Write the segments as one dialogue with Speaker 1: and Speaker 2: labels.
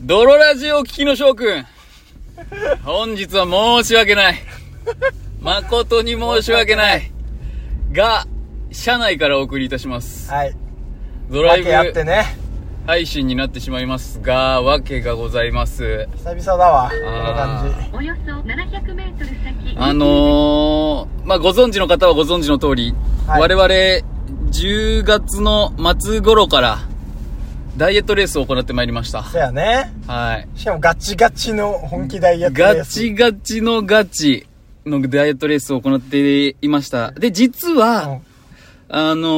Speaker 1: 泥ラジオを聞きの翔くん。本日は申し訳ない。誠に申し訳ない。が、車内からお送りいたします。
Speaker 2: はい。
Speaker 1: ド
Speaker 2: ド
Speaker 1: ライ
Speaker 2: やって
Speaker 1: ブ
Speaker 2: ね。
Speaker 1: 配信になってしまいますが、わけがございます。
Speaker 2: 久々だわ。この感じ。
Speaker 3: およそ700メートル先。
Speaker 1: あのー、まあ、ご存知の方はご存知の通り、
Speaker 2: はい
Speaker 1: 我々、10月の末頃から、ダイエットレースを行ってまいりました。
Speaker 2: そやね。
Speaker 1: はい。
Speaker 2: しかもガチガチの本気ダイエットレ
Speaker 1: ガ
Speaker 2: ース。
Speaker 1: チガチのガチのダイエットレースを行っていました。で、実は、
Speaker 2: うん
Speaker 1: あの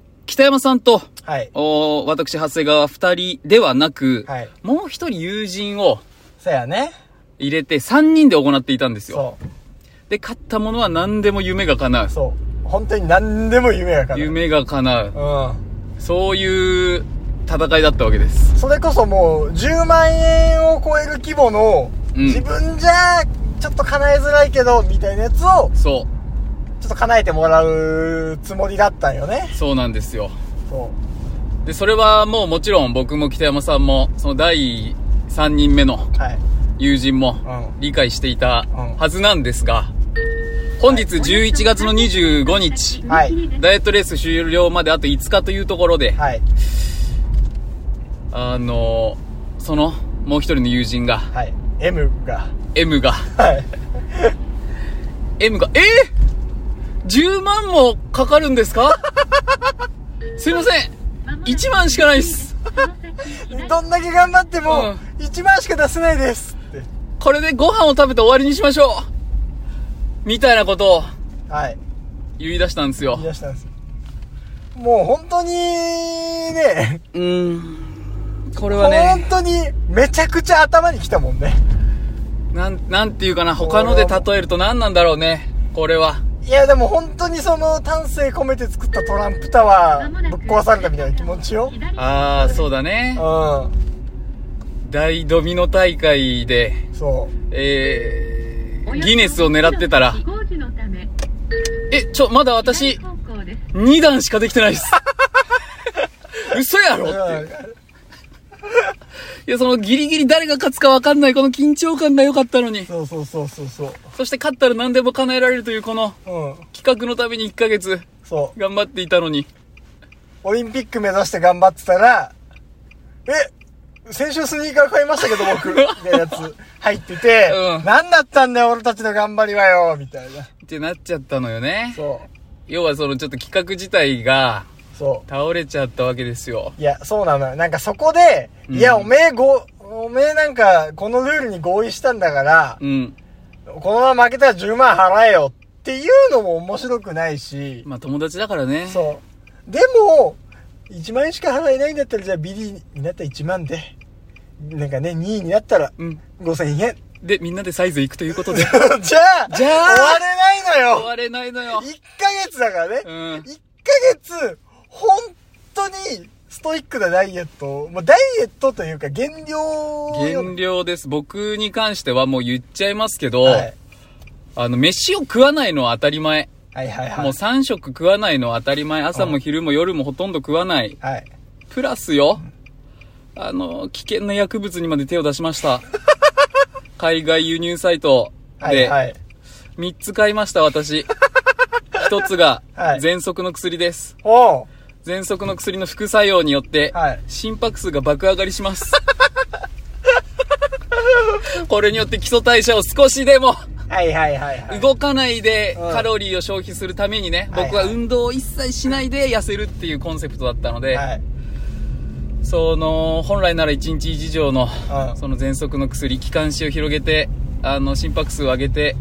Speaker 1: ー北山さんと、
Speaker 2: はい。
Speaker 1: おー私、長谷川二人ではなく、
Speaker 2: はい
Speaker 1: もう一人友人を
Speaker 2: そやね。
Speaker 1: 入れて三人で行っていたんですよ。
Speaker 2: そ
Speaker 1: で、勝ったものは何でも夢が叶う
Speaker 2: う。。そう。本当に何でも夢やから。
Speaker 1: 夢が叶う。
Speaker 2: う
Speaker 1: そういう戦いだったわけです。
Speaker 2: ん。それこそもう、10万円を超える規模の、
Speaker 1: うん
Speaker 2: 自分じゃ、ちょっと叶えづらいけど、みたいなやつを、
Speaker 1: そ
Speaker 2: ちょっと叶えてもらうつもりだったんよね
Speaker 1: う、。そうなんですよ。
Speaker 2: そ
Speaker 1: で、それはもうもちろん僕も北山さんも、その第三人目の
Speaker 2: う。はい。
Speaker 1: 友人も
Speaker 2: うん
Speaker 1: 理解していた
Speaker 2: うん
Speaker 1: はずなんですが、本日11月の25日、
Speaker 2: はい
Speaker 1: ダイエットレース終了まであと5日というところで、
Speaker 2: はい。
Speaker 1: あの、その、もう一人の友人が、
Speaker 2: はい。M が。
Speaker 1: M が、
Speaker 2: はい。
Speaker 1: M が、えぇ !10 万もかかるんです かすいません1万しかないっす
Speaker 2: どんだけ頑張っても、
Speaker 1: う
Speaker 2: 1万しか出せないですって。
Speaker 1: これでご飯を食べて終わりにしましょうみたいなことを
Speaker 2: はい。
Speaker 1: 言い出したんですよ
Speaker 2: 言い。出したんですよもう本当にね、
Speaker 1: うーん。これはね。
Speaker 2: 本当にめちゃくちゃ頭にきたもんね。
Speaker 1: なん、なんていうかな、他ので例えると何なんだろうね、これは。
Speaker 2: いやでも本当にその丹精込めて作ったトランプタワーぶっ壊されたみたいな気持ちよ。
Speaker 1: あー、そうだ
Speaker 2: う
Speaker 1: ね。
Speaker 2: ん。
Speaker 1: 大ドミノ大会で、
Speaker 2: そう。
Speaker 1: えー、ギネスを狙ってたら、え、ちょ、まだ私、2段しかできてないっす。 嘘やろっていう。いや、そのギリギリ誰が勝つか分かんない、この緊張感が良かったのに。
Speaker 2: そうそうそうそうそう。
Speaker 1: そして勝ったら何でも叶えられるという、この
Speaker 2: うん。
Speaker 1: 企画のために1ヶ月
Speaker 2: そう。
Speaker 1: 頑張っていたのに。
Speaker 2: オリンピック目指して頑張ってたら、え、先週スニーカー買いましたけど僕、みたいな やつ入ってて、
Speaker 1: うん
Speaker 2: 何だったんだよ俺たちの頑張りはよ、みたいな。
Speaker 1: ってなっちゃったのよね。
Speaker 2: そう。
Speaker 1: 要はそのちょっと企画自体が
Speaker 2: そう。
Speaker 1: 倒れちゃったわけですよ。
Speaker 2: いや、そうなのよ。なんかそこで、
Speaker 1: うん
Speaker 2: いや、おめえご、おめえなんか、このルールに合意したんだから、
Speaker 1: うん。
Speaker 2: このまま負けたら10万払えよっていうのも面白くないし、
Speaker 1: まあ友達だからね。
Speaker 2: そう。でも、1万円しか払えないんだったら、じゃあビリになったら1万で、なんかね、2位になったら
Speaker 1: う。うん。
Speaker 2: 5000円。
Speaker 1: で、みんなでサイズ行くということで。
Speaker 2: じゃあ、
Speaker 1: じゃあ
Speaker 2: 終われないの
Speaker 1: 終
Speaker 2: よ
Speaker 1: われないの
Speaker 2: !1
Speaker 1: よ。
Speaker 2: ヶ月だからね。
Speaker 1: うん。
Speaker 2: 1ヶ月、本当に、ストイックなダイエットを、まあ、ダイエットというか減量よ
Speaker 1: 減量です。僕に関してはもう言っちゃいますけど、
Speaker 2: はい、
Speaker 1: あの、飯を食わないのは当たり前。
Speaker 2: はいはいはい。
Speaker 1: もう3食食わないのは当たり前。朝
Speaker 2: う
Speaker 1: も
Speaker 2: ん
Speaker 1: 昼も夜もほとんど食わない。
Speaker 2: はい。
Speaker 1: プラスよ、あの、危険な薬物にまで手を出しま した。海外輸入サイトで、
Speaker 2: はいはい。
Speaker 1: 3つ買いました、私。1つが
Speaker 2: は、い
Speaker 1: 喘息の薬です。
Speaker 2: おう
Speaker 1: 喘息の薬の副作用によって、
Speaker 2: はい
Speaker 1: 心拍数が爆上がりします。 これによって基礎代謝を少しでも
Speaker 2: はいはいはいはい。
Speaker 1: 動かないで
Speaker 2: うん
Speaker 1: カロリーを消費するためにね、
Speaker 2: はいはい
Speaker 1: 僕は運動を一切しないで痩せるっていうコンセプトだったので、
Speaker 2: はい。
Speaker 1: その、本来なら1日以上の、
Speaker 2: うん
Speaker 1: その喘息の薬、気管支を広げて、あの、心拍数を上げて、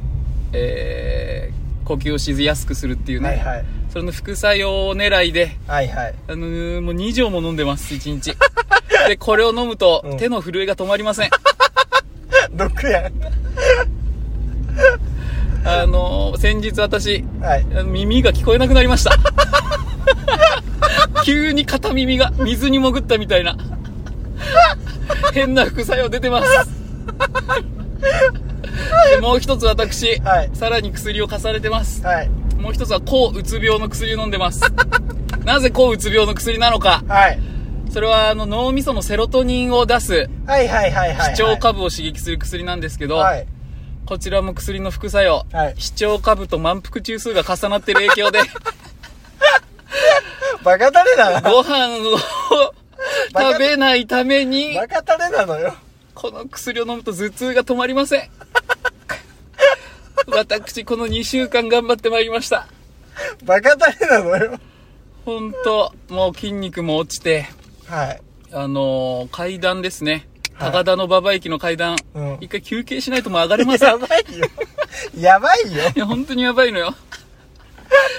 Speaker 1: えー、呼吸をしやすくするっていうね、
Speaker 2: はいはい。
Speaker 1: それの副作用狙いで、
Speaker 2: はいはい。
Speaker 1: あのーもう2錠も飲んでます、1日。 で、これを飲むと、
Speaker 2: うん
Speaker 1: 手の震えが止まりません。
Speaker 2: 毒や。
Speaker 1: あのー先日私、
Speaker 2: はい。
Speaker 1: あの耳が聞こえなくなりました。 急に片耳が水に潜ったみたいな。変な副作用出てます。でもう一つ私、
Speaker 2: はい
Speaker 1: さらに薬を重ねてます。
Speaker 2: はい。
Speaker 1: もう一つは抗うつ病の薬を飲んでます。なぜ抗うつ病の薬なのか、
Speaker 2: はい。
Speaker 1: それはあの脳みそのセロトニンを出す
Speaker 2: はいはいはいはい。
Speaker 1: 視聴下部を刺激する薬なんですけど、
Speaker 2: はい。
Speaker 1: こちらも薬の副作用、
Speaker 2: はい
Speaker 1: 視聴下部と満腹中枢が重なってる影響 で
Speaker 2: バカタレだな。
Speaker 1: ご飯を食べないために
Speaker 2: バカタレなのよ。
Speaker 1: この薬を飲むと頭痛が止まりませ ん私この2週間頑張ってまいりました
Speaker 2: バカタレなのよ。
Speaker 1: 本当もう筋肉も落ちて
Speaker 2: はい。
Speaker 1: あのー階段ですね
Speaker 2: はい
Speaker 1: 高田の馬場駅の階段、
Speaker 2: うん
Speaker 1: 一回休憩しないともう上がれません
Speaker 2: やばいよ。やばいよ。
Speaker 1: いや本当にやばいのよ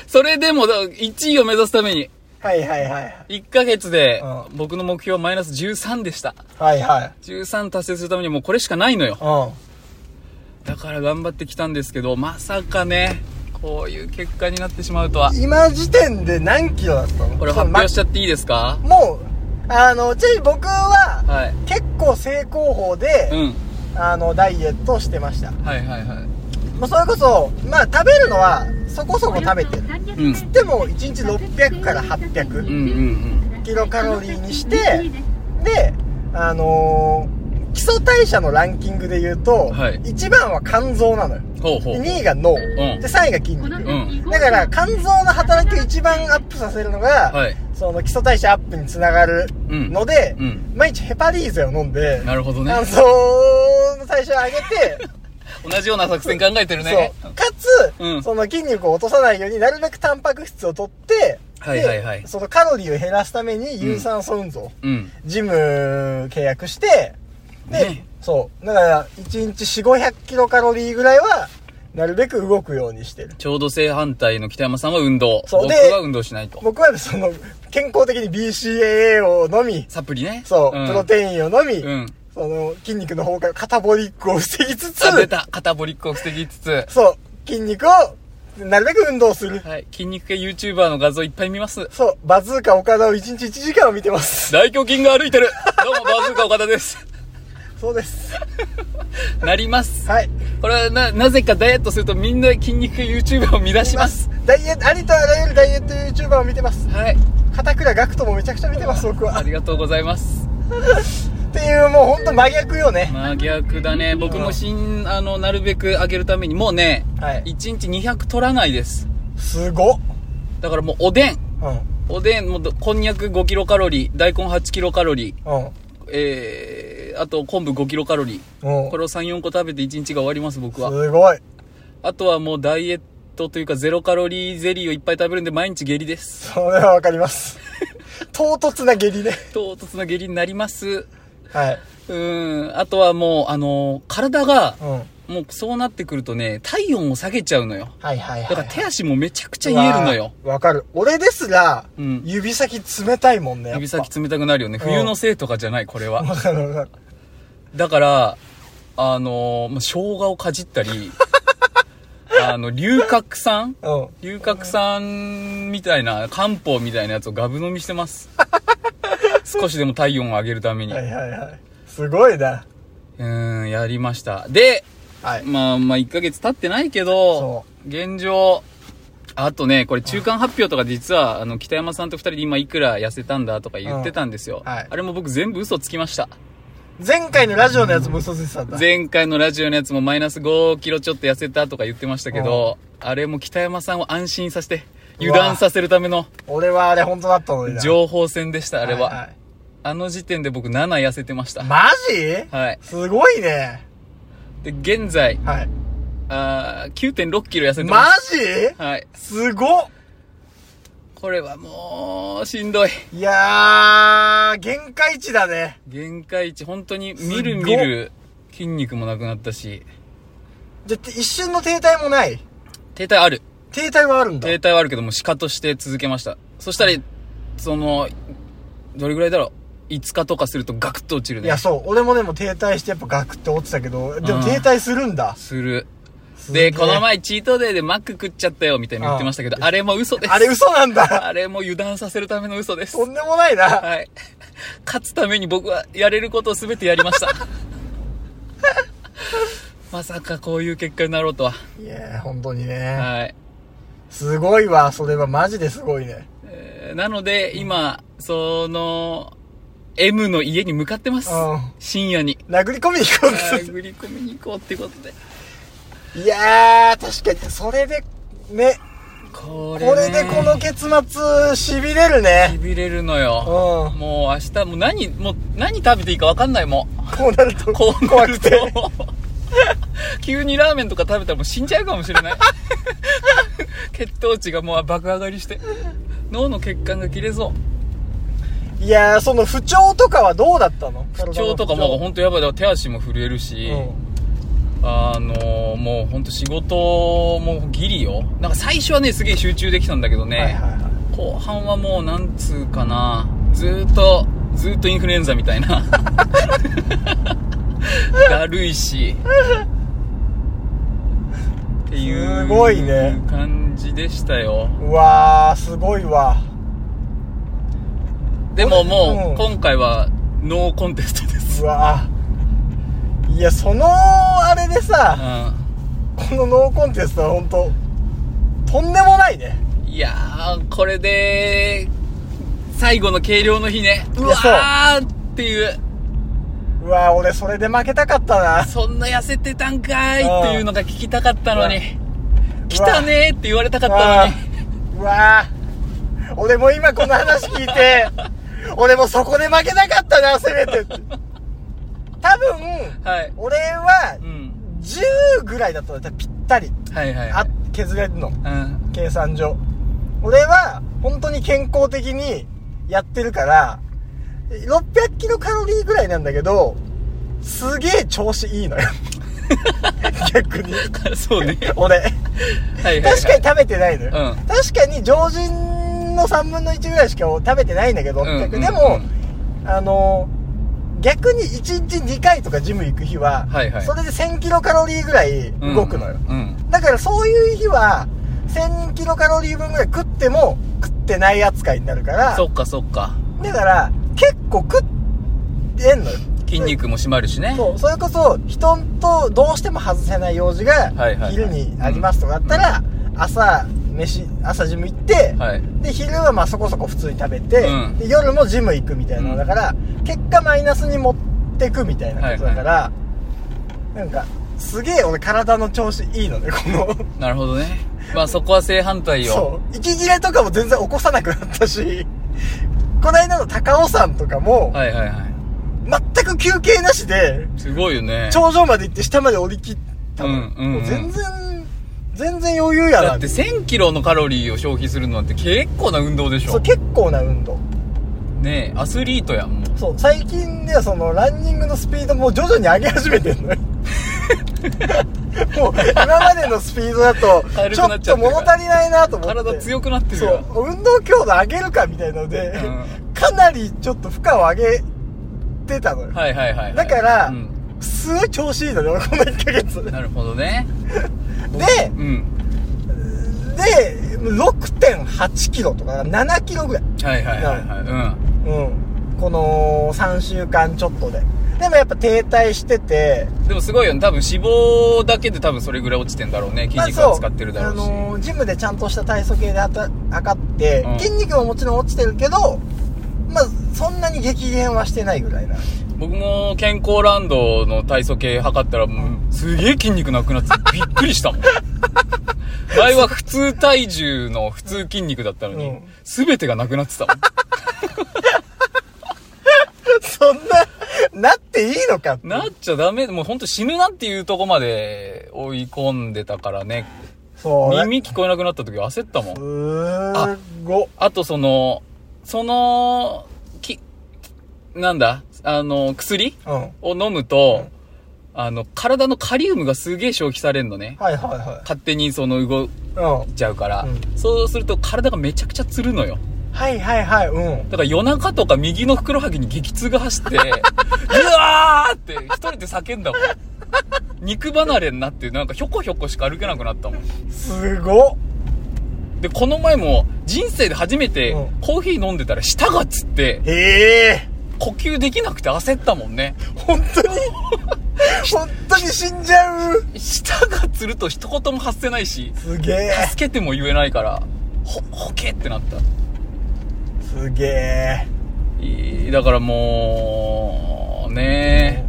Speaker 1: それでもだ1位を目指すために
Speaker 2: はいはいはい。
Speaker 1: 1ヶ月で
Speaker 2: う
Speaker 1: 僕の目標はマイナス13でした
Speaker 2: はいはい。
Speaker 1: 13達成するためにはもうこれしかないのよ
Speaker 2: うん。
Speaker 1: だから頑張ってきたんですけどまさかねこういう結果になってしまうとは
Speaker 2: 今時点で何キロだったの
Speaker 1: これ発表しちゃっていいですか
Speaker 2: まもう、あの、ちなみに僕は、
Speaker 1: はい
Speaker 2: 結構正攻法で、
Speaker 1: うん
Speaker 2: あの、ダイエットをしてました。
Speaker 1: はいはいはい
Speaker 2: もうそれこそ、まあ食べるのは、そこそこ食べてる。
Speaker 1: うん
Speaker 3: つっても1日600から800、
Speaker 1: うんうん
Speaker 2: キロカロリーにしてで、あのー基礎代謝のランキングで言うと、
Speaker 1: はい
Speaker 2: 一番は肝臓なのよ。
Speaker 1: うんほうほ
Speaker 2: で
Speaker 1: う
Speaker 2: 2位が脳、
Speaker 1: ん
Speaker 2: で3位が筋肉。
Speaker 1: ん
Speaker 2: だから肝臓の働きを一番アップさせるのが、
Speaker 1: はい
Speaker 2: その基礎代謝アップにつながる
Speaker 1: うん
Speaker 2: ので、
Speaker 1: うん
Speaker 2: 毎日ヘパリーゼを飲んで、
Speaker 1: なるほどね
Speaker 2: 肝臓の代謝を上 げて、
Speaker 1: 同じような作戦考えてるね
Speaker 2: そう。かつ、
Speaker 1: うん
Speaker 2: その筋肉を落とさないようになるべくタンパク質を取って、
Speaker 1: はいはいはい
Speaker 2: でそのカロリーを減らすために有酸素運動、
Speaker 1: うん
Speaker 2: ジム契約して、で、
Speaker 1: ね
Speaker 2: そう。だから、1日4、500キロカロリーぐらいは、なるべく動くようにしてる。
Speaker 1: ちょうど正反対の北山さんは運動
Speaker 2: そう
Speaker 1: 僕
Speaker 2: で
Speaker 1: は運動しないと
Speaker 2: 僕はその、健康的に BCAA を飲み、
Speaker 1: サプリね
Speaker 2: そう、
Speaker 1: ん
Speaker 2: プロテインを飲み、
Speaker 1: うん
Speaker 2: その、筋肉の崩壊、カタボリックを防ぎつつ、
Speaker 1: あ出たカタボリックを防ぎつつ
Speaker 2: そう、筋肉を、なるべく運動する。
Speaker 1: はい筋肉系 YouTuber の画像いっぱい見ます
Speaker 2: そう、バズーカ岡田を1日1時間を見てます。
Speaker 1: 大胸筋が歩いてるどうもバズーカ岡田です
Speaker 2: そうです。
Speaker 1: なります
Speaker 2: はい。
Speaker 1: これはな、なぜかダイエットするとみんな筋肉 YouTuber を見出します。。
Speaker 2: ダイエット、ありとあらゆるダイエット YouTuber を見てます。
Speaker 1: はい。
Speaker 2: 片倉学徒もめちゃくちゃ見てます、僕は。
Speaker 1: ありがとうございます。
Speaker 2: っていうもうほんと真逆よね、
Speaker 1: 真逆だね。僕もしん、あの、なるべく上げるために、もうね、
Speaker 2: はい
Speaker 1: 1日200取らないです。
Speaker 2: すごっ
Speaker 1: だからもうおでん。
Speaker 2: うんうん
Speaker 1: おでん、もうどこんにゃく5キロカロリー、大根8キロカロリー、えー、あと昆布5キロカロリー。
Speaker 2: うん
Speaker 1: これを3、4個食べて1日が終わります、僕は。
Speaker 2: すごい
Speaker 1: あとはもうダイエットというかゼロカロリーゼリーをいっぱい食べるんで毎日下痢です。
Speaker 2: それはわかります唐突な下痢ね
Speaker 1: 唐突な下痢になります。
Speaker 2: はいう
Speaker 1: ーん、あとはもう、あのー体が、
Speaker 2: うんはい
Speaker 1: もうそうなってくるとね、体温を下げちゃうのよ。
Speaker 2: はいはい
Speaker 1: だから手足もめちゃくちゃ冷えるのよ。
Speaker 2: うわわかる俺ですら、
Speaker 1: うん
Speaker 2: 指先冷たいもんねやっぱ
Speaker 1: 指先冷たくなるよね。
Speaker 2: うん
Speaker 1: 冬のせいとかじゃない、これは。
Speaker 2: わかるわかる
Speaker 1: だから、あのー、まあ、生姜をかじった り、あの、龍角散
Speaker 2: うん
Speaker 1: 龍角散みたいな、漢方みたいなやつをガブ飲みしてます。 少しでも体温を上げるために。
Speaker 2: は
Speaker 1: う
Speaker 2: いはいはいすごいな
Speaker 1: ーん、やりました。で、
Speaker 2: はい
Speaker 1: まあまあ1ヶ月経ってないけど
Speaker 2: そ、
Speaker 1: 現状、あとね、これ中間発表とか実は、あの、北山さんと二人で今いくら痩せたんだとか言ってたんですよ。
Speaker 2: うんはい
Speaker 1: あれも僕全部嘘つきました。
Speaker 2: 前回のラジオのやつも嘘ついてたんだ
Speaker 1: 前回のラジオのやつもマイナス5キロちょっと痩せたとか言ってましたけど、あれも北山さんを安心させて、油断させるための
Speaker 2: 俺はあれ本当だったのにな
Speaker 1: 情報戦でした、あれは。
Speaker 2: いい
Speaker 1: あの時点で僕7痩せてました。
Speaker 2: マジ
Speaker 1: はい。
Speaker 2: すごいね
Speaker 1: で、現在、
Speaker 2: はい
Speaker 1: あー9.6キロ痩せて
Speaker 2: マ
Speaker 1: ます。
Speaker 2: ジ
Speaker 1: はい。
Speaker 2: すごっ
Speaker 1: これはもう、しんどい。
Speaker 2: いやー、限界値だね。
Speaker 1: 限界値、本当に、
Speaker 2: っご
Speaker 1: みるみる、筋肉もなくなったし、
Speaker 2: じゃ、て一瞬の停滞もない。
Speaker 1: 停滞ある。
Speaker 2: 停滞はあるんだ。
Speaker 1: 停滞はあるけども、シカとして続けました。そしたら、その、どれぐらいだろう。5日とかするとガクッと落ちる
Speaker 2: い
Speaker 1: ね
Speaker 2: や、。そう。俺もでも停滞してやっぱガクって落ちたけど、で
Speaker 1: うん
Speaker 2: も停滞するんだ。
Speaker 1: する。
Speaker 2: すげえ
Speaker 1: で、この。前チートデイでマック食っちゃったよ、みたいに言ってましたけど、あれも嘘です。
Speaker 2: あれ嘘なんだ。
Speaker 1: あれも油断させるための嘘です
Speaker 2: と。んでもないな。
Speaker 1: はい。勝つために僕はやれることを全てやりま した。まさかこういう結果になろうとは。
Speaker 2: いやー、本当にね。
Speaker 1: はい。
Speaker 2: すごいわ。それはマジですごいね。
Speaker 1: えーなので、今、その、 M の家に向かってます
Speaker 2: うん。
Speaker 1: 深夜に。
Speaker 2: 殴り込みに行こう
Speaker 1: あ
Speaker 2: っ
Speaker 1: ー売り込みに行こうってことで。
Speaker 2: て。いやー、確かに、それで、ね、
Speaker 1: こ
Speaker 2: これでこの結末、痺れるね。
Speaker 1: 痺れるの
Speaker 2: うん。
Speaker 1: よ。もう明日、もう何、もう何食べていいか分かんないもん。
Speaker 2: こうなると、
Speaker 1: こうな
Speaker 2: 怖
Speaker 1: ると
Speaker 2: くて。。
Speaker 1: 急にラーメンとか食べたらもう死んじゃうかもしれ ない。血糖値がもう爆上がりして。脳の血管が切れそう。
Speaker 2: いやー、その不調とかはどうだったの
Speaker 1: 不調とかもうほんとやばいだから手足も震えるし、
Speaker 2: うん
Speaker 1: あのもうほんと仕事もギリよなんか最初はねすげえ集中できたんだけどね、
Speaker 2: はいはいはい。
Speaker 1: 後半はもうなんつうかなずーっとずーっとインフルエンザみたいな だるいしっていう
Speaker 2: すごいね
Speaker 1: 感じでしたよ
Speaker 2: うわー、すごいわ。
Speaker 1: でもも
Speaker 2: うん
Speaker 1: う今回はノーコンテストです
Speaker 2: うわー。いや、その、あれで
Speaker 1: う
Speaker 2: さ、
Speaker 1: ん
Speaker 2: このノーコンテストはほんと、とんでもないね。
Speaker 1: いやー、これで、最後の計量の日ね。
Speaker 2: いうや
Speaker 1: わーっていう、
Speaker 2: うわー、俺それで負けたかったな。
Speaker 1: そんな痩せてたんかーいっていうのが聞きたかったの
Speaker 2: うわ
Speaker 1: に。来たねーって言われたかったのに。
Speaker 2: うわー俺も今この話聞い て、俺もそこで負けなかったな、せめて。多分、
Speaker 1: はい。
Speaker 2: 俺は
Speaker 1: うん。
Speaker 2: 10ぐらいだったのよぴったり。
Speaker 1: はいはいは
Speaker 2: あ
Speaker 1: い。、
Speaker 2: 削れるの。
Speaker 1: うん。
Speaker 2: 計算上。俺は、本当に健康的にやってるから、600キロカロリーぐらいなんだけど、すげえ調子いい のよ。逆に。
Speaker 1: そう ね。
Speaker 2: 俺。
Speaker 1: はいはい、はい。
Speaker 2: 確かに食べてないのよ。
Speaker 1: うん
Speaker 2: 確かに常人の3分の1ぐらいしか食べてないんだけど、
Speaker 1: うんうんうん
Speaker 2: 600でも、あの、逆に1日2回とかジム行く日は、
Speaker 1: はいはい
Speaker 2: それで1000キロカロリーぐらい
Speaker 1: うん
Speaker 2: 動くのよ。
Speaker 1: うん。
Speaker 2: だからそういう日は、1000キロカロリー分ぐらい食っても食ってない扱いになるから、
Speaker 1: そっかそっか。
Speaker 2: だから結構食ってんのよ。
Speaker 1: 筋肉も締まるしね。
Speaker 2: そう、それこそ人とどうしても外せない用事が
Speaker 1: はいはいはい
Speaker 2: 昼にありますとかだったら、朝、飯、朝ジム行って、
Speaker 1: はい。
Speaker 2: で、昼はまあそこそこ普通に食べて、
Speaker 1: うん
Speaker 2: で夜もジム行くみたいな
Speaker 1: う
Speaker 2: の
Speaker 1: ん
Speaker 2: だから、結果マイナスに持ってくみたいなことだから、なんか、すげえ俺体の調子いいのね、この。
Speaker 1: なるほどね。まあそこは正反対よ。
Speaker 2: そう。息切れとかも全然起こさなくなったし、こないだの高尾山とかも、
Speaker 1: はいはいはい。
Speaker 2: 全く休憩なしで、
Speaker 1: すごいよね。
Speaker 2: 頂上まで行って下まで降り切ったの。
Speaker 1: うんうんうん
Speaker 2: もう全然、全然余裕や
Speaker 1: だ
Speaker 2: な
Speaker 1: って1000キロのカロリーを消費するのって結構な運動でしょ
Speaker 2: そう、結構な運動。
Speaker 1: ねえアスリートやんもう
Speaker 2: そう、最近ではそのランニングのスピードも徐々に上げ始めてんのよ。 もう今までのスピードだと
Speaker 1: 軽く
Speaker 2: ちょ
Speaker 1: なっ
Speaker 2: っ
Speaker 1: ちゃ
Speaker 2: と
Speaker 1: ってる
Speaker 2: 物
Speaker 1: から
Speaker 2: 足りないなと思って
Speaker 1: 体強くなってる
Speaker 2: そ
Speaker 1: よ
Speaker 2: う運動強度上げるかみたいので、
Speaker 1: う
Speaker 2: かなりちょっと負荷を上げてたのよ、
Speaker 1: はいはいはいはい
Speaker 2: だから
Speaker 1: うん
Speaker 2: すごい調子いいのね俺この1ヶ月 で
Speaker 1: なるほどねうん
Speaker 2: で6.8キロとか7キロぐらい
Speaker 1: はいはいはいはいうん
Speaker 2: うんこの3週間ちょっとででもやっぱ停滞してて
Speaker 1: でもすごいよね多分脂肪だけで多分それぐらい落ちてんだろうね筋肉
Speaker 2: まあ
Speaker 1: は
Speaker 2: そう
Speaker 1: 使ってるだろうし、
Speaker 2: あのージムでちゃんとした体組計であた測って、
Speaker 1: うん
Speaker 2: 筋肉ももちろん落ちてるけどまあそんなに激減はしてないぐ らいな
Speaker 1: 僕も健康ランドの体組計測ったらもうすげえ筋肉なくなってびっくり したもん前は普通体重の普通筋肉だったのに、
Speaker 2: うん
Speaker 1: 全てがなくなってたもん
Speaker 2: そんな、なっていいのかって。
Speaker 1: なっちゃダメ。もうほんと死ぬなっていうとこまで追い込んでたからね。
Speaker 2: そう。
Speaker 1: 耳聞こえなくなった時焦ったも
Speaker 2: す
Speaker 1: ん。
Speaker 2: ーご。
Speaker 1: あとその、その、き、なんだあの、薬
Speaker 2: うん。はい
Speaker 1: を飲むと、あの、体のカリウムがすげえ消費されるのね。
Speaker 2: はいは
Speaker 1: 勝手にその動い
Speaker 2: い。うん。
Speaker 1: ちゃうから。
Speaker 2: うん
Speaker 1: そうすると体がめちゃくちゃつるのよ。
Speaker 2: はいはいはい、うん。
Speaker 1: だから夜中とか右のふくらはぎに激痛が走 って、うわーって一人で叫んだもん。肉離れになって、なんかひょこひょこしか歩けなくなったもん。
Speaker 2: すご。
Speaker 1: で、この前も人生で初めて
Speaker 2: うん
Speaker 1: コーヒー飲んでたら舌がつって、
Speaker 2: ええ
Speaker 1: 呼吸できなくて焦ったもんね。
Speaker 2: 本当に本当に死んじゃう。
Speaker 1: 舌がつると一言も発せないし、
Speaker 2: すげえ。
Speaker 1: 助けても言えないから、ほ、ほけってなった。
Speaker 2: すげえ。
Speaker 1: いいだからもう、ね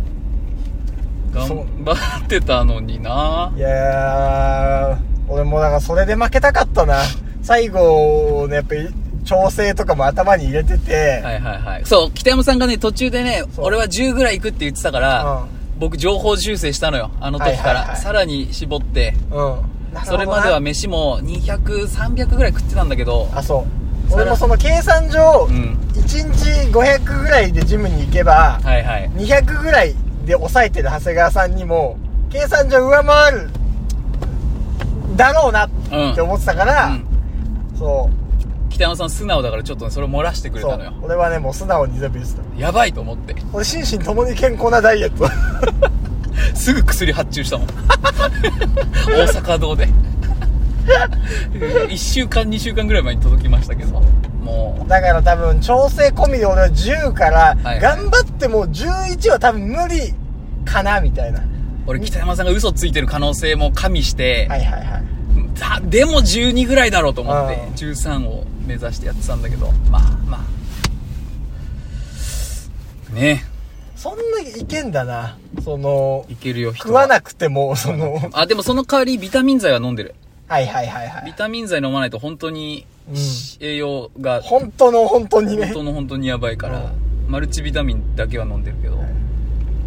Speaker 2: そう。
Speaker 1: 頑張ってたのにない
Speaker 2: やー、俺もだからそれで負けたかったな。最後ね、やっぱり調整とかも頭に入れてて、
Speaker 1: はいはいはい。そう、北山さんがね、途中でね、
Speaker 2: そう
Speaker 1: 俺は10ぐらい行くって言ってたから、僕情報修正したのよ。あの時から。
Speaker 2: はいはいはい
Speaker 1: さらに絞って。
Speaker 2: うん。なるほどな
Speaker 1: それまでは飯も200、300ぐらい食ってたんだけど、
Speaker 2: あ、そう。俺もその計算上、
Speaker 1: うん。
Speaker 2: 1日500ぐらいでジムに行けば、
Speaker 1: はいはい。
Speaker 2: 200ぐらいで抑えてる長谷川さんにも、計算上上回る、だろうなって思ってたから、
Speaker 1: うん。
Speaker 2: そう。
Speaker 1: 北山さん素直だからちょっとね、それを漏らしてくれ
Speaker 2: そ
Speaker 1: たの
Speaker 2: う
Speaker 1: よ。
Speaker 2: 俺はねもう素直に全部言ってた
Speaker 1: やばいと思って。
Speaker 2: 俺心身ともに健康なダイエット
Speaker 1: すぐ薬発注したもん。 大阪堂で。1週間、2週間ぐらい前に届きましたけど。も
Speaker 2: だから多分調整込みで俺は10から
Speaker 1: はい
Speaker 2: 頑張っても11は多分無理かなみたいなは
Speaker 1: う、俺北山さんが嘘ついてる可能性も加味して、
Speaker 2: いはいはい
Speaker 1: だでも12ぐらいだろうと思って
Speaker 2: うん
Speaker 1: 13を目指してやってたんだけどまあまあね
Speaker 2: そんないけんだなその
Speaker 1: いけるよ人
Speaker 2: 食わ
Speaker 1: い
Speaker 2: なくてもその
Speaker 1: あでもその代わりビタミン剤は飲んでる
Speaker 2: はいはいはいは
Speaker 1: ビ
Speaker 2: い
Speaker 1: タミン剤飲まないと本当に
Speaker 2: うん
Speaker 1: し栄養が本
Speaker 2: 本当の本当にね
Speaker 1: 当の本当にやばいからマルチビタミンだけは飲んでるけど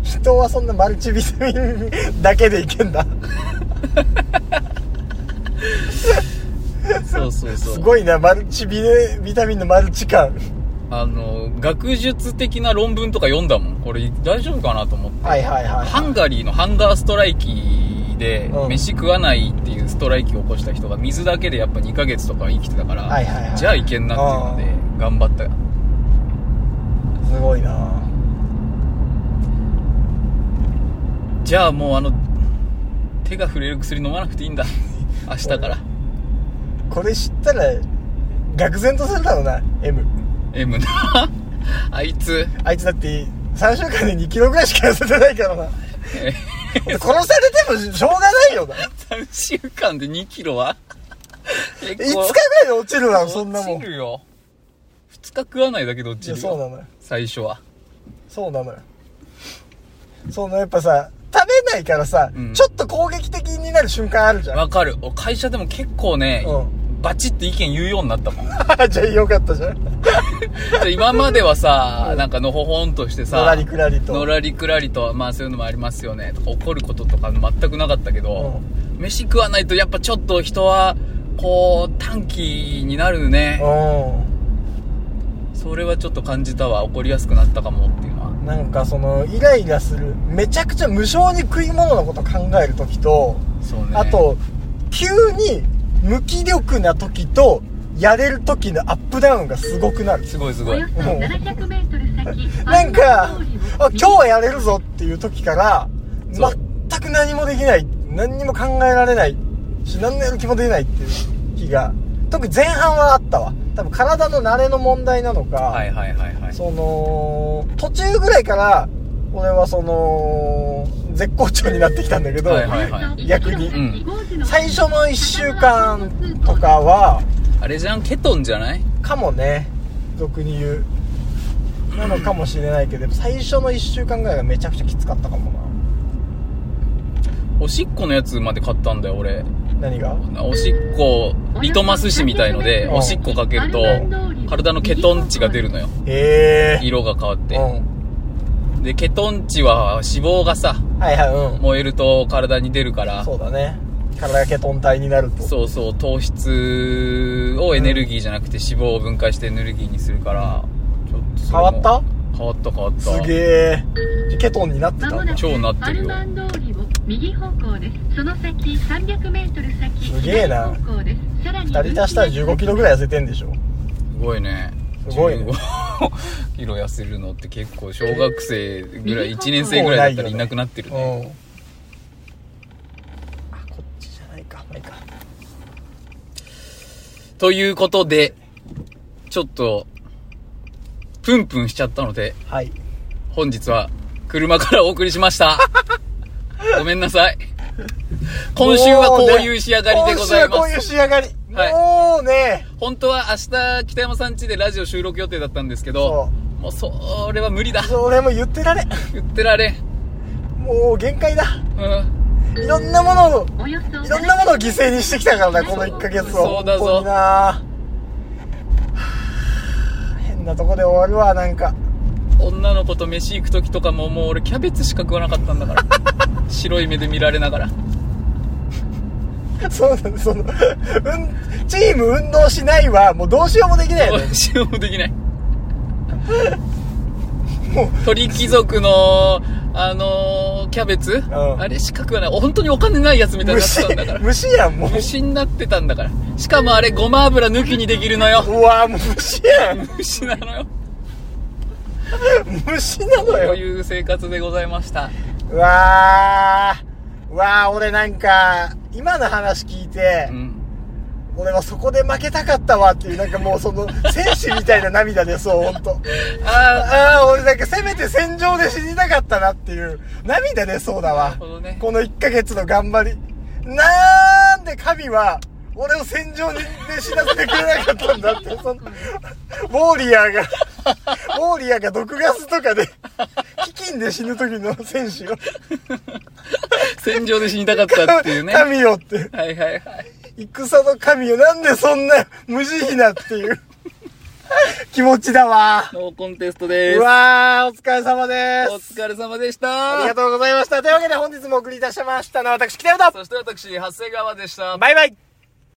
Speaker 2: 人はそんなマルチビタミンだけでいけんだ
Speaker 1: そうそうそ
Speaker 2: す
Speaker 1: う
Speaker 2: ごいなマルチビレビタミンのマルチ感
Speaker 1: あの学術的な論文とか読んだもん俺大丈夫かなと思って
Speaker 2: はいはいはい
Speaker 1: ハンガリーのハンガーストライキで
Speaker 2: うん
Speaker 1: 飯食わないっていうストライキを起こした人が水だけでやっぱ2ヶ月とか生きてたから、
Speaker 2: はいはいはい
Speaker 1: じゃあいけんなっていうので頑張った
Speaker 2: すごいな
Speaker 1: じゃあもうあの手が触れる薬飲まなくていいんだ明日から
Speaker 2: これ知ったら愕然とするだろうな M
Speaker 1: M な あいつ
Speaker 2: あいつだって3週間で2キロぐらいしか痩せてないからな殺されてもしょうがないよな
Speaker 1: 3週間で2キロ は結
Speaker 2: 5日ぐらいで落ちるわそんなもん
Speaker 1: 落ち
Speaker 2: い
Speaker 1: るよ2日食わないだけで落ち
Speaker 2: や
Speaker 1: る
Speaker 2: そうな
Speaker 1: よ
Speaker 2: のよ
Speaker 1: 最初は
Speaker 2: そうなのよそのやっぱさ食べないからさ、
Speaker 1: うん
Speaker 2: ちょっと攻撃的になる瞬間あるじゃん、
Speaker 1: わかる俺会社でも結構ね、
Speaker 2: う
Speaker 1: バチって意見言うようになったもん
Speaker 2: じゃあよかったじゃん
Speaker 1: で今まではさ、
Speaker 2: うん
Speaker 1: なんかのほほんとしてさ
Speaker 2: のらりくらりと
Speaker 1: のらりくらりとまあそういうのもありますよねとか怒ることとか全くなかったけど、飯食わないとやっぱちょっと人はこう短期になるね、
Speaker 2: う
Speaker 1: それはちょっと感じたわ怒りやすくなったかもっていうのは
Speaker 2: んなんかそのイライラするめちゃくちゃ無性に食い物のこと考える時と
Speaker 1: そうね
Speaker 2: あと、急に無気力な時と、やれる時のアップダウンがすごくなる。
Speaker 1: すごいすごい
Speaker 2: そな
Speaker 3: なんん
Speaker 2: か
Speaker 3: か、
Speaker 2: あ
Speaker 3: あ、
Speaker 2: 今
Speaker 3: 今
Speaker 2: 日
Speaker 3: 日
Speaker 2: はやれるぞっていう時から、
Speaker 1: そう
Speaker 2: 全く何もできない、何にも考えられないし、何のやる気も出ないっていう日が、特に前半はあったわ。多分体の慣れの問題なのか、
Speaker 1: はいはいはいはい
Speaker 2: その、途中ぐらいから、俺はその、絶好調になってきたんだけど、
Speaker 1: はいはいはい
Speaker 2: 逆に
Speaker 3: うん
Speaker 2: 最
Speaker 3: 最
Speaker 2: 初
Speaker 3: 初
Speaker 2: の
Speaker 3: の
Speaker 2: 1
Speaker 3: 1
Speaker 2: 週
Speaker 3: 週
Speaker 2: 間
Speaker 3: 間
Speaker 2: と
Speaker 3: と
Speaker 2: か
Speaker 3: か
Speaker 2: は、
Speaker 1: あれじゃんケトンじゃない
Speaker 2: かもね俗に言うなのかもしれないけど最初の1週間ぐらいがめちゃくちゃきつかったかも
Speaker 1: おしっこのやつまで買ったんだよ俺
Speaker 2: な何が
Speaker 1: おしっこリトマス紙みたいので
Speaker 2: うん
Speaker 1: おしっこかけると体のケトン値が出るのよ
Speaker 2: へえ
Speaker 1: 色が変わって、
Speaker 2: うん
Speaker 1: でケトン値は脂肪がさ
Speaker 2: はいはいうん
Speaker 1: 燃えると体に出るから
Speaker 2: そうだね体がケトン体になると
Speaker 1: そうそう糖質をエネルギーじゃなくて脂肪を分解してエネルギーにするから、ちょっとそれ
Speaker 2: 変
Speaker 1: も
Speaker 2: わった
Speaker 1: 変わった変わった
Speaker 2: す
Speaker 1: え
Speaker 2: げえケトンになってたんだ
Speaker 1: 超なってるよ
Speaker 3: アルマン通りを右方向です。その先300メートル先
Speaker 2: すげえな
Speaker 3: 左方向ですさらに
Speaker 2: 2人足したら1 5キロぐらい痩せてんでしょ
Speaker 1: すごいね
Speaker 2: すごいね
Speaker 1: 15キロ痩せるのって結構小学生ぐらい1年生ぐらいだったらいなくなってる
Speaker 2: う
Speaker 1: ね
Speaker 2: んあこっちじゃないかまあいいか
Speaker 1: ということでちょっとプンプンしちゃったので
Speaker 2: はい
Speaker 1: 本日は車からお送りしま した。ごめんなさい。今週はこういう仕上がりでござい
Speaker 2: 今週はこ
Speaker 1: ま
Speaker 2: ういう
Speaker 1: す。
Speaker 2: 仕上がり
Speaker 1: はい
Speaker 2: もうね
Speaker 1: 本当は明日北山さん家でラジオ収録予定だったんですけど、
Speaker 2: そ
Speaker 1: もうそれは無理だ
Speaker 2: それも言ってられん
Speaker 1: 言ってられん
Speaker 2: もう限界だ
Speaker 1: うん
Speaker 2: いろんなものを
Speaker 3: およそ
Speaker 2: いろんなものを犠牲にしてきたからなこの1ヶ月を
Speaker 1: そうだぞ
Speaker 2: 本当になはぁ変なとこで終わるわなんか
Speaker 1: 女の子と飯行く時とかももう俺キャベツしか食わなかったんだから 白い目で見られながら
Speaker 2: そうだねその、うん、チーム運動しないはもうどうしようもできないよね
Speaker 1: 使用もでき ない
Speaker 2: もう
Speaker 1: 鳥貴族のあのーキャベツ、
Speaker 2: ん
Speaker 1: あれしか食わない本当にお金ないやつみたいになって
Speaker 2: 虫
Speaker 1: たんだから
Speaker 2: 虫やんもう
Speaker 1: 虫になってたんだからしかもあれごま油抜きにできるのよ
Speaker 2: うわぁもう虫やん
Speaker 1: 虫なのよ
Speaker 2: 虫な
Speaker 1: こ
Speaker 2: の
Speaker 1: う
Speaker 2: よ
Speaker 1: いう生活でございました
Speaker 2: うわぁうわぁ俺なんか今の話聞いて、
Speaker 1: うん
Speaker 2: 俺はそこで負けたかったわっていう、なんかもうその、戦士みたいな涙でそう、ほんと。
Speaker 1: ああ
Speaker 2: ああ、俺なんかせめて戦場で死にたかったなっていう、涙でそうだわ。
Speaker 1: ほどね
Speaker 2: この1ヶ月の頑張り。なんで神は、俺を戦場にで死なせてくれなかったんだって、その、ウォーリアーが、ウォーリアーが毒ガスとかで、飢饉で死ぬ時の戦士を、
Speaker 1: 戦場で死にたかったっていうねは
Speaker 2: 神よって。
Speaker 1: いはいはい
Speaker 2: 戦の神よ、なんでそんな無慈悲なっていう気持ちだわ。
Speaker 1: ノーコンテスト
Speaker 2: う
Speaker 1: です
Speaker 2: わー、お疲れ様で
Speaker 1: お
Speaker 2: す。
Speaker 1: 疲れ様でし
Speaker 2: ありが
Speaker 1: た
Speaker 2: とうございました。というわけで本日もお送りいたしましたのは私、北山と
Speaker 1: そして私長谷川でした
Speaker 2: バイバイ